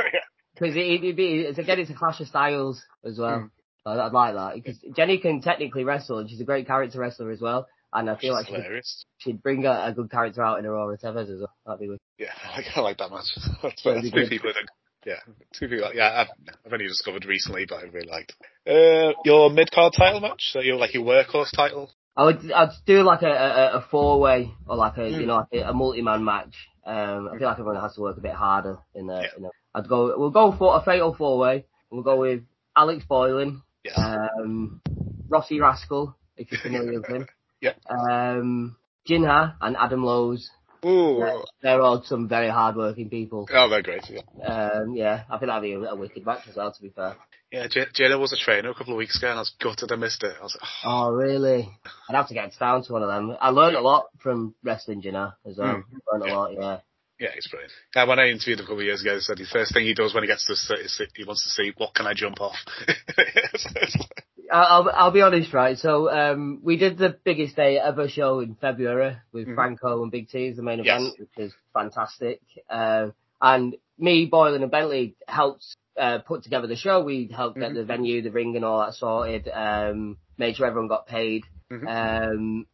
S1: Because it, it, it'd be, it's again, it's a clash of styles as well.
S14: Mm.
S1: I'd, I'd like that because Jenny can technically wrestle, and she's a great character wrestler as well. And I feel
S14: She's
S1: like she'd,
S14: hilarious.
S1: she'd bring a, a good character out in Aurora Tevez as well. That'd be good.
S14: Yeah, I like, I like that match. That's,
S1: Really
S14: that's two
S1: good.
S14: people that. Yeah, two people. Yeah, I've, I've only discovered recently, but I really liked. Uh, your mid card title match, so your like your workhorse title.
S1: I would I'd do like a, a, a four way or like a
S14: Mm.
S1: you know like a, a multi man match. Um, I feel like everyone has to work a bit harder in there.
S14: Yeah.
S1: You know. I'd go. We'll go for a fatal four way. We'll go with Alex Boylan,
S14: Yes.
S1: um, Rossi Rascal, if you're familiar with him.
S14: Yeah.
S1: Um, Jinha and Adam Lowe's.
S14: Ooh.
S1: They're all some very hard working people.
S14: Oh, they're great. Yeah.
S1: Um, yeah, I think that'd be a, a wicked match as well. To be fair.
S14: Yeah, J- Jenna was a trainer a couple of weeks ago, and I was gutted I missed it. I was like,
S1: Oh really? I'd have to get down to one of them. I learned a lot from wrestling, Jinha as
S14: Mm.
S1: well. Learned a
S14: Yeah.
S1: lot. Yeah.
S14: Yeah, he's brilliant. Yeah, when I interviewed him a couple of years ago, he said the first thing he does when he gets to the city is he wants to see what can I jump off. It's- it's like-
S1: I'll I'll- I'll be honest, right? So um, we did the biggest day ever show in February with Franco and Big T as the main
S14: Yes.
S1: event, which is fantastic. Uh, and me, Boylan and Bentley helped uh, put together the show. We helped get the venue, the ring, and all that sorted. Um, made sure everyone got paid. Um,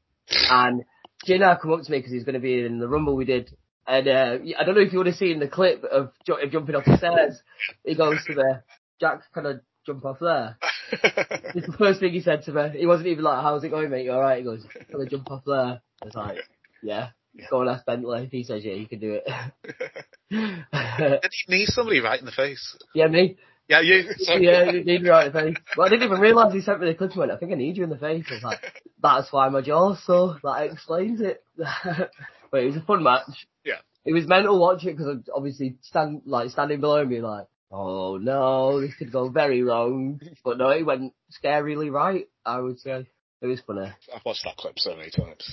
S1: and Jinnah come up to me because he's going to be in the rumble we did. And uh, I don't know if you want to see in the clip of, ju- of jumping off the stairs. He goes to the Jack, can I jump off there? It's the first thing he said to me. He wasn't even like, "How's it going, mate? You all right?" He goes, "Can I jump off there?" I was like, "Yeah." Go and ask Bentley. If he says, "Yeah, you can do it."
S14: and he knees somebody right in the face.
S1: yeah, me.
S14: Yeah, you. Sorry.
S1: Yeah, you need me right in the face. Well, I didn't even realise he sent me the clip. and went, I think I need you in the face. I was like, "That's why my jaw's so." That explains it. but it was a fun match.
S14: Yeah.
S1: It was mental watching because obviously stand like standing below me like. Oh no, this could go very wrong. But no, it went scarily right, I would say. It was funny.
S14: I've watched that clip so many times.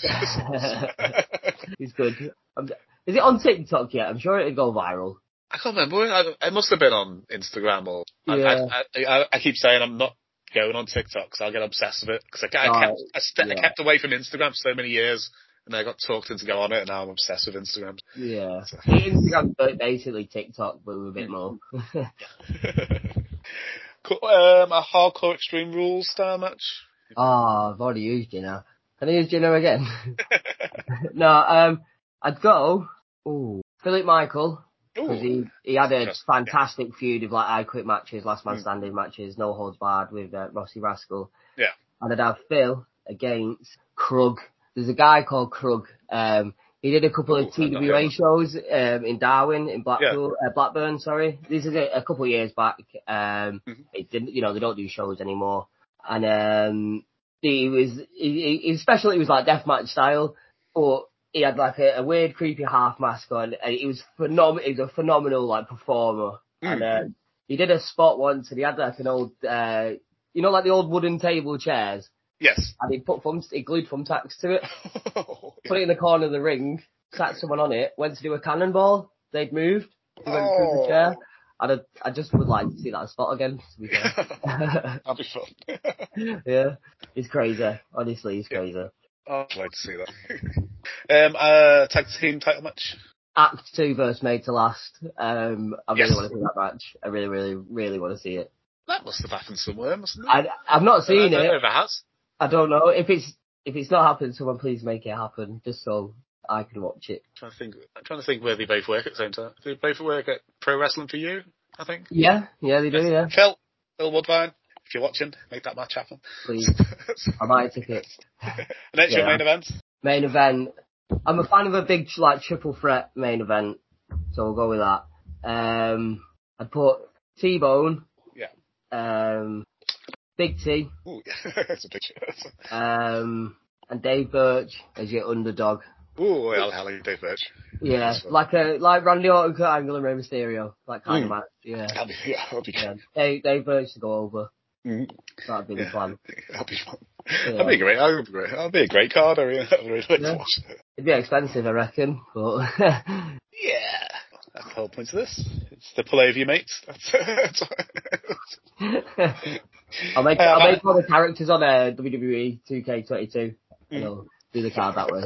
S1: it's good. I'm, is it on TikTok yet? I'm sure it'd go viral.
S14: I can't remember. I, it must have been on Instagram or. I,
S1: Yeah.
S14: I, I, I keep saying I'm not going on TikTok because I'll get obsessed with it because I, ca- I
S1: Right.
S14: kept I, st- I
S1: Yeah.
S14: kept away from Instagram for so many years and I got talked into going on it and now I'm obsessed with Instagram.
S1: Yeah. Instagram's basically TikTok, but with a bit more.
S14: Cool. Um, a hardcore extreme rules star match.
S1: Ah, I've already used Gino. Can I use Gino again? no, um, I'd go. Ooh, Philip Michael because he he had a
S14: Just-
S1: fantastic feud of like I Quit matches, Last Man Standing matches, No Holds Barred with uh, Rossi Rascal,
S14: Yeah.
S1: and I'd have Phil against Krug. There's a guy called Krug. Um, he did a couple
S14: Ooh,
S1: of
S14: Oh, I know him.
S1: TWA shows um, in Darwin, in Blackpool, uh, Blackburn. Sorry, this is a, a couple of years back. Um,
S14: Mm-hmm.
S1: it didn't, you know, they don't do shows anymore. And um, he was, he, he, especially it was like deathmatch style, but he had like a, a weird, creepy half mask on, and he was phenomenal. He was a phenomenal like performer,
S14: Hmm.
S1: and um, he did a spot once, and he had like an old, uh, you know, like the old wooden table chairs,
S14: Yes.
S1: and he put thumbs, he glued thumbtacks to it, put it in the corner of the ring, sat someone on it, went to do a cannonball, they'd moved, he went through
S14: Oh.
S1: the chair. And I, I just would like to see that spot again. To be fair.
S14: That'd be fun.
S1: yeah, he's crazy. Honestly, he's crazy.
S14: Oh, I'd like to see that. um, uh, tag team title match.
S1: Act two verse made to last. Um, I really
S14: Yes.
S1: want to see that match. I really, really, really want to see it.
S14: That must have happened somewhere, mustn't it?
S1: I, I've not
S14: Uh, I
S1: seen
S14: don't know
S1: it.
S14: if it has.
S1: I don't know if it's if it's not happened. Someone please make it happen, just so I can watch it.
S14: trying to think. I'm trying to think where they both work at the same time. They both work at Pro Wrestling for You, I think.
S1: Yeah, yeah, they do. Yeah,
S14: Phil, Phil Woodbine, if you're watching, make that match happen.
S1: please. I might take it.
S14: And that's your
S1: Yeah.
S14: main event.
S1: Main event. I'm a fan of a big like triple threat main event, so we'll go with that. Um, I put T Bone.
S14: Yeah.
S1: Um, Big T.
S14: Ooh, yeah, that's a big shirt.
S1: Um, and Dave Birch as your underdog.
S14: Ooh, well, Helen Dave Birch.
S1: Yeah,
S14: That's fun.
S1: like a like Randy Orton, Kurt Angle, and Rey Mysterio, that kind of
S14: Mm.
S1: match. Yeah,
S14: That'll be, yeah, that'll be
S1: yeah.
S14: good.
S1: They they both should go over.
S14: Mm,
S1: That'd be the
S14: Yeah.
S1: plan.
S14: That'll be fun.
S1: Yeah.
S14: That'll be great. That'll be great. That'll be a great card. I really, I really like
S1: Yeah.
S14: to watch it.
S1: It'd be expensive, I reckon, but
S14: Yeah. That's the whole point of this. It's the pull over your mates. That's, that's
S1: I'll make
S14: Uh,
S1: I'll make
S14: but-
S1: all the characters on uh, WWE 2K22.
S14: Mm.
S1: And I'll do the card that way.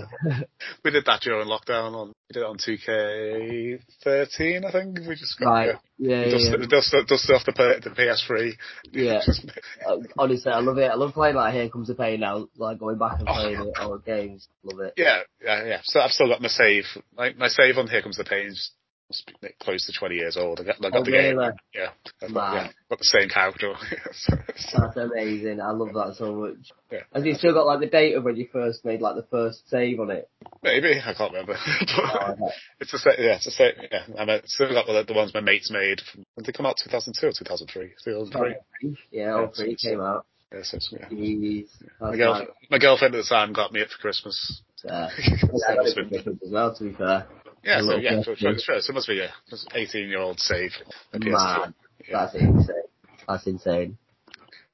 S14: we did that during lockdown on we did it on 2K13 I think we just got
S1: right? Yeah, yeah.
S14: dust,
S1: yeah.
S14: dust, dust off the, P- the PS3
S1: Yeah.
S14: Just-
S1: Uh, Honestly, I love it. I love playing like Here Comes the Pain now. Like going back and
S14: Oh.
S1: playing it, old games. Love it.
S14: yeah yeah yeah so I've still got my save my, my save on Here Comes the Pains must be close to 20 years old I got, I got
S1: Oh,
S14: the game
S1: really?
S14: yeah I've got,
S1: Wow.
S14: yeah got the same character So- so-
S1: That's amazing. I love that so much.
S14: Yeah.
S1: Has it still got like the date of when you first made like the first save on it?
S14: maybe I can't remember
S1: Oh,
S14: But
S1: okay.
S14: it's the same yeah it's the same yeah I'm uh, still got the, the ones my mates made from, did they come out 2002 or 2003 2003
S1: Oh, yeah, all three came out.
S14: yeah, so it's, yeah.
S1: Jeez.
S14: My,
S1: That's
S14: girlf- my girlfriend at the time got me it for Christmas.
S1: nice. Uh,
S14: So
S1: yeah,
S14: it
S1: that's
S14: must
S1: a bit
S14: be-
S1: different as well, to be fair.
S14: yeah,
S1: A
S14: so
S1: little
S14: yeah,
S1: bit
S14: sure, sure,
S1: different.
S14: sure. So it must be yeah, eighteen year old save. the PS2.
S1: Man, that's insane. That's insane.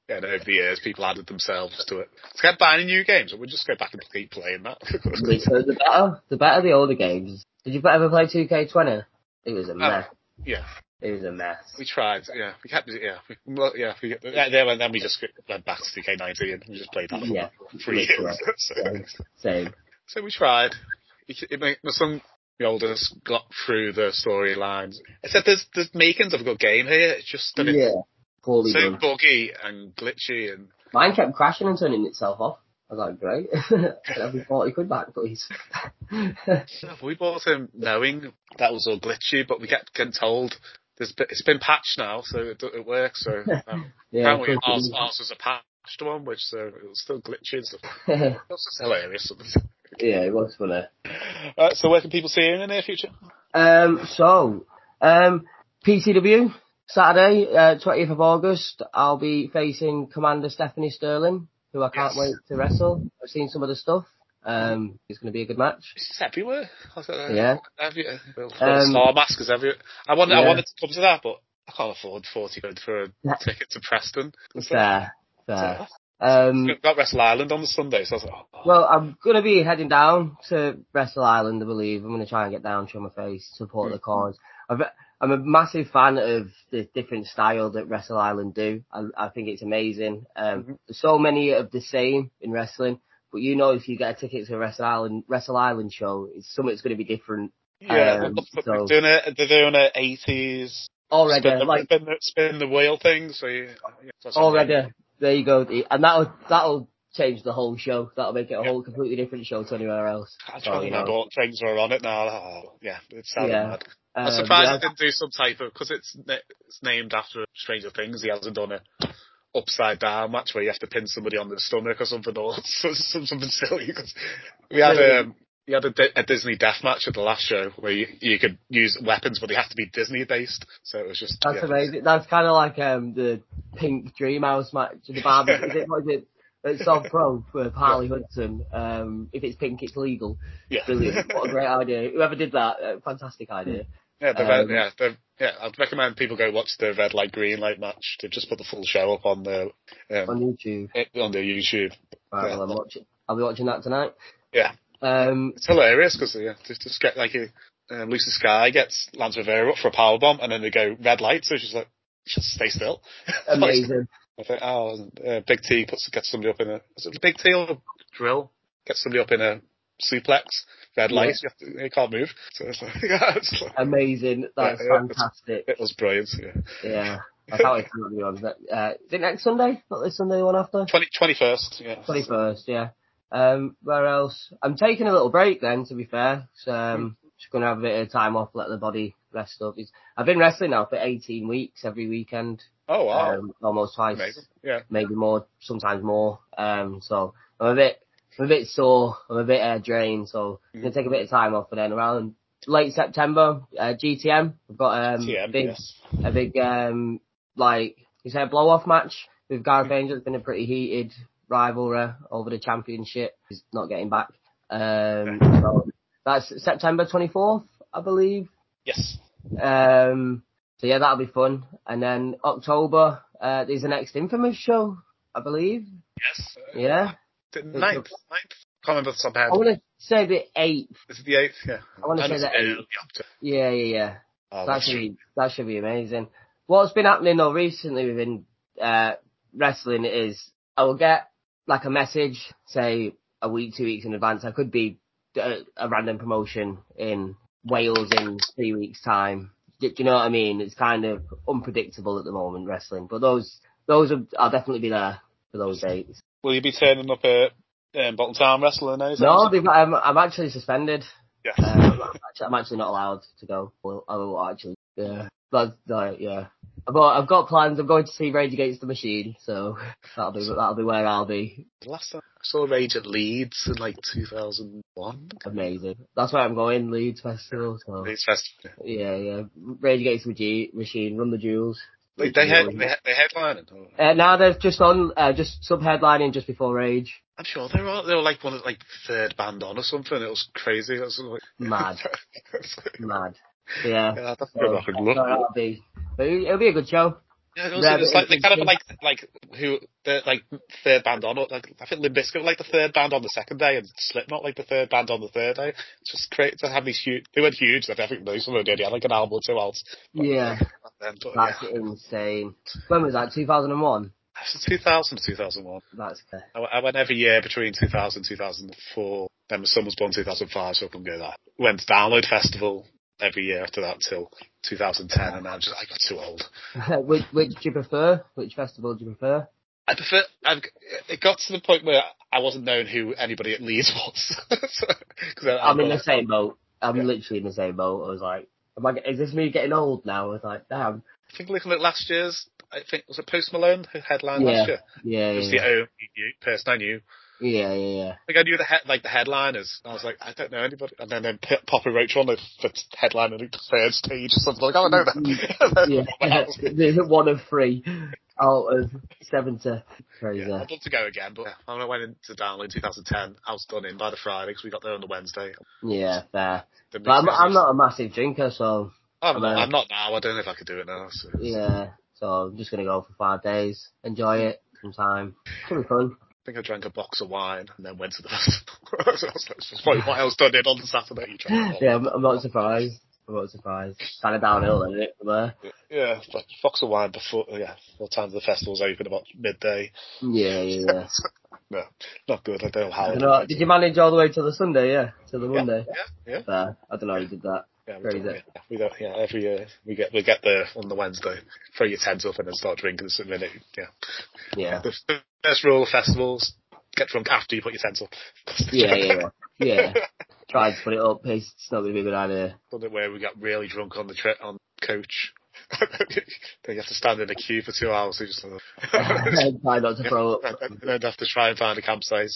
S14: Yeah, and over the years, people added themselves to it. Let's get buying new games, and we'll just go back and keep playing that.
S1: Really, So the better, the better the older games. Did you ever play 2K20? It was a mess.
S14: yeah,
S1: It was a mess.
S14: we tried. Yeah, we kept. Yeah, we, well, yeah. We, yeah then, and then we just went back to 2K19 and we just played that for
S1: Yeah.
S14: three years. so,
S1: Same.
S14: so we tried. It, it, my my son, the oldest, got through the storylines. I said, "There's there's makings of a good game here. It's just that it's
S1: Yeah. Poorly
S14: so
S1: done.
S14: buggy and glitchy and
S1: Mine kept crashing and turning itself off. I was like, great. Can I have 40 quid back, please?
S14: stuff. We bought him knowing that was all glitchy, but we kept getting told there's been, it's been patched now, so it, it works. So um,
S1: yeah.
S14: apparently
S1: of course
S14: ours,
S1: it
S14: ours was a patched one, which so it was still glitchy and stuff. It
S1: is.
S14: was just hilarious.
S1: yeah, it was funny.
S14: All right, so where can people see you in the near future?
S1: Um, so, um, PCW, Saturday, uh, 20th of August, I'll be facing Commander Stephanie Sterling, who I can't
S14: Yes.
S1: wait to wrestle. I've seen some of the stuff. Um, it's going to be a good match.
S14: It's just everywhere. I was like,
S1: Yeah.
S14: Have you, well,
S1: Um,
S14: Star Mask is everywhere. I wanted, I
S1: Yeah.
S14: wanted to come to that, but I can't afford 40 quid for a ticket to Preston.
S1: Fair, fair. Um,
S14: We've got Wrestle Island on the Sunday, so I was like, oh,
S1: well, I'm gonna be heading down to Wrestle Island, I believe. I'm gonna try and get down, show my face, support the cause. I've, I'm a massive fan of the different style that Wrestle Island do. I, I think it's amazing. Um, there's so many of the same in wrestling, but you know, if you get a ticket to a Wrestle Island Wrestle Island show, it's something's gonna be different.
S14: yeah,
S1: Um,
S14: they're
S1: so-
S14: doing a, they're doing a 80s
S1: Already,
S14: spin the,
S1: like-
S14: spin the, spin the wheel thing, so you, yeah, that's what I'm
S1: already.
S14: saying.
S1: There you go, and that'll that'll change the whole show. That'll make it a whole completely different show to anywhere else.
S14: I
S1: So,
S14: can't
S1: you
S14: remember
S1: know.
S14: what trains were on it now. Oh, yeah, it's sounded
S1: Oh, Yeah.
S14: mad.
S1: Um,
S14: I'm surprised
S1: yeah.
S14: they didn't do some type of because it's na- it's named after Stranger Things. He hasn't done a upside down match where you have to pin somebody on their stomach or something or some- some- something silly. 'cause we had
S1: Yeah.
S14: um, we had a, Di- a Disney death match at the last show where you, you could use weapons, but they have to be Disney based. So it was just
S1: That's
S14: yeah.
S1: amazing. That's kind of like um the Pink Dream House match, the Barbie. is it, what is it? It's on pro for Harley Hudson. Um, if it's pink, it's legal.
S14: Yeah.
S1: Brilliant. What a great idea. Whoever did that, uh, fantastic idea.
S14: Yeah, the
S1: Um,
S14: red, yeah, the, yeah. I'd recommend people go watch the red light, green light match. They've just put the full show up on the um,
S1: On YouTube.
S14: it- on their YouTube.
S1: Right,
S14: yeah.
S1: well, I'm watching. I'll be watching that tonight.
S14: Yeah.
S1: Um,
S14: it's hilarious because yeah, just just get like a, um, Lucy Sky gets Lance Rivera up for a power bomb, and then they go red light, so she's like, just stay still.
S1: Amazing.
S14: I think oh, uh, Big T puts gets somebody up in a is it Big T or drill gets somebody up in a suplex. Red
S1: Yeah. Um,
S14: light, you, have to, you can't move. So it's like, it's like-
S1: Amazing. That's
S14: Yeah, yeah, it's-
S1: fantastic.
S14: it was brilliant. Yeah.
S1: Yeah. I can't wait to see what the ones that- Uh, is it next Sunday? Not this Sunday, the one after?
S14: 20, 21st, yeah.
S1: Twenty first, yeah. Um, where else? I'm taking a little break then. To be fair, so um,
S14: Mm.
S1: just gonna have a bit of time off, let the body rest up. It's, I've been wrestling now for 18 weeks, every weekend.
S14: Oh wow.
S1: Um, almost twice,
S14: Amazing. Yeah.
S1: maybe more, sometimes more. Um, so I'm a bit, I'm a bit sore, I'm a bit uh, drained. So I'm
S14: Mm.
S1: gonna take a bit of time off, and then around late September, uh, GTM, we've got um,
S14: GTM,
S1: big,
S14: yes.
S1: a big um, like you say a blow off match with Gareth Angel. It's been a pretty heated rivalry over the championship. He's not getting back. Um, so that's September 24th, I believe.
S14: Yes.
S1: Um, so yeah, that'll be fun. And then October, uh, there's the next Infamous show, I believe.
S14: Yes.
S1: Yeah.
S14: The ninth. Ninth. Can't remember off the top of my head.
S1: I want to say the 8th.
S14: Is it the eighth? Yeah.
S1: I wanna
S14: And
S1: say
S14: it's
S1: that
S14: early October.
S1: Yeah, yeah, yeah.
S14: Oh,
S1: that
S14: that's
S1: should
S14: true.
S1: be that should be amazing. What's been happening though recently within uh, wrestling is I will get like a message, say a week, two weeks in advance. I could be uh, a random promotion in Wales in three weeks' time. Do, do you know what I mean? It's kind of unpredictable at the moment wrestling, but those those are, I'll definitely be there for those dates.
S14: Will you be turning up at um, Bottom Town Wrestling now? is that
S1: No,
S14: what you-
S1: they've, I'm, I'm actually suspended.
S14: Yes.
S1: Um, I'm, actually, I'm actually not allowed to go. Well, I will actually. Yeah. That's, like, yeah. I've got, I've got plans. I'm going to see Rage Against the Machine, so that'll be that'll be where I'll be.
S14: The last time I saw Rage at Leeds in like 2001.
S1: Amazing. That's where I'm going. Leeds Festival. So
S14: Leeds Festival.
S1: yeah, yeah. Rage Against the Machi- Machine. Run the Jewels.
S14: They, they, head, they, they headlined. Oh,
S1: Uh, now they're just on, uh, just sub-headlining just before Rage.
S14: I'm sure they were they were like one of like third band on or something. It was crazy. It was like,
S1: Mad. Mad. Yeah.
S14: Yeah, that's
S1: So,
S14: good. I could
S1: that's
S14: look.
S1: where I'll be. But it'll it'll be a good show.
S14: Yeah, it was,
S1: Yeah,
S14: it was
S1: but
S14: like they
S1: it's-
S14: kind of like like who the like third band on or, like I think Limp Bizkit were like the third band on the second day and Slipknot like the third band on the third day. It's just great to have these huge. They went huge. I think they some of them did. They had like an album or two out.
S1: Yeah.
S14: Then, but, yeah.
S1: That's insane. When was that? 2001.
S14: It's 2000 to 2001.
S1: That's uh,
S14: I, I went every year between 2000 and 2004. Then my son was born in 2005, so I couldn't go that. Went to Download Festival every year after that till 2010, and I just I got too old.
S1: which which do you prefer? Which festival do you prefer?
S14: I prefer. I've, it got to the point where I wasn't known who anybody at Leeds was. so, 'cause I,
S1: I'm in the same boat. I'm literally in the same boat. I was like, am I, is this me getting old now? I was like, damn.
S14: I think looking at last year's, I think was it Post Malone who headlined
S1: Yeah.
S14: last year.
S1: Yeah,
S14: It was
S1: yeah,
S14: the only new person I knew.
S1: yeah, yeah, yeah.
S14: Like I knew the he- like the headliners. I was like, I don't know anybody. And then then P- Poppy Roach on the, the headline and the third stage or something. Like, oh, I know that. And then
S1: Mm-hmm. yeah.
S14: what else?
S1: There's one of three out of seventy. Crazy.
S14: I'd love to go again, but when I went into Download in 2010, I was done in by the Friday because we got there on the Wednesday.
S1: Yeah, fair.
S14: The
S1: But I'm,
S14: mixes
S1: I'm
S14: was-
S1: not a massive drinker, so
S14: I'm,
S1: I'm a-
S14: not, I'm not now. I don't know if I could do it now. So.
S1: yeah. So I'm just gonna go for five days, enjoy it, some time. Should be fun.
S14: I think I drank a box of wine and then went to the festival. so that's probably what else I did on the Saturday. You drank
S1: Yeah, I'm, I'm not surprised. I'm not surprised. Kind of downhill, isn't it? From there.
S14: Yeah, but box of wine before, yeah, what time the festival's open? About midday.
S1: Yeah, yeah, yeah.
S14: no, not good. I don't know how.
S1: I
S14: I
S1: don't know. Did you manage all the way till the Sunday? Yeah, till the
S14: Yeah,
S1: Monday.
S14: yeah, yeah.
S1: Fair. I don't know how you did that.
S14: Yeah, we
S1: Crazy.
S14: don't, yeah, we don't. Yeah, every year we get we get there on the Wednesday, throw your tents up, and then start drinking. So minute, yeah.
S1: Yeah.
S14: The f- first rule of festivals: get drunk after you put your tents up.
S1: Yeah, yeah, yeah. yeah. Tried to put it up. It's it's not gonna be a good idea.
S14: Done it where we got really drunk on the trip on coach. then you have to stand in a queue for two hours. So you just
S1: Try not to throw up.
S14: and then have to try and find a campsite.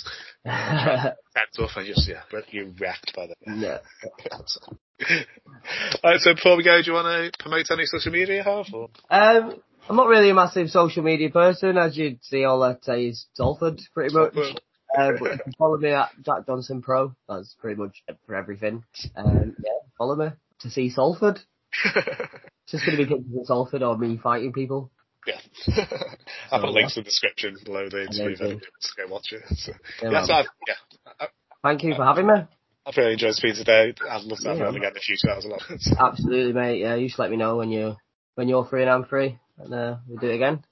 S1: yeah.
S14: That's off and just yeah, you're wrecked by that. Alright, so before we go, do you want to promote any social media you have? Or?
S1: Um, I'm not really a massive social media person, as you'd see. All I'd say is Salford, pretty much. Uh, but you can follow me at Jack Johnson Pro. That's pretty much it for everything. Um, yeah, follow me to see Salford. It's just going to be pictures of Salford or me fighting people.
S14: yeah. I'll put
S1: So,
S14: links in the description below there to
S1: Amazing.
S14: if anyone wants to go watch it. So,
S1: Yeah,
S14: yeah,
S1: man.
S14: so I've, yeah,
S1: Um, Thank you for having me.
S14: I've really enjoyed speaking today. I'd love to have
S1: Yeah,
S14: you on
S1: man.
S14: again in the future. That was a lot. So,
S1: Absolutely, mate. Yeah, you should let me know when you when you're free and I'm free, and uh, we'll do it again.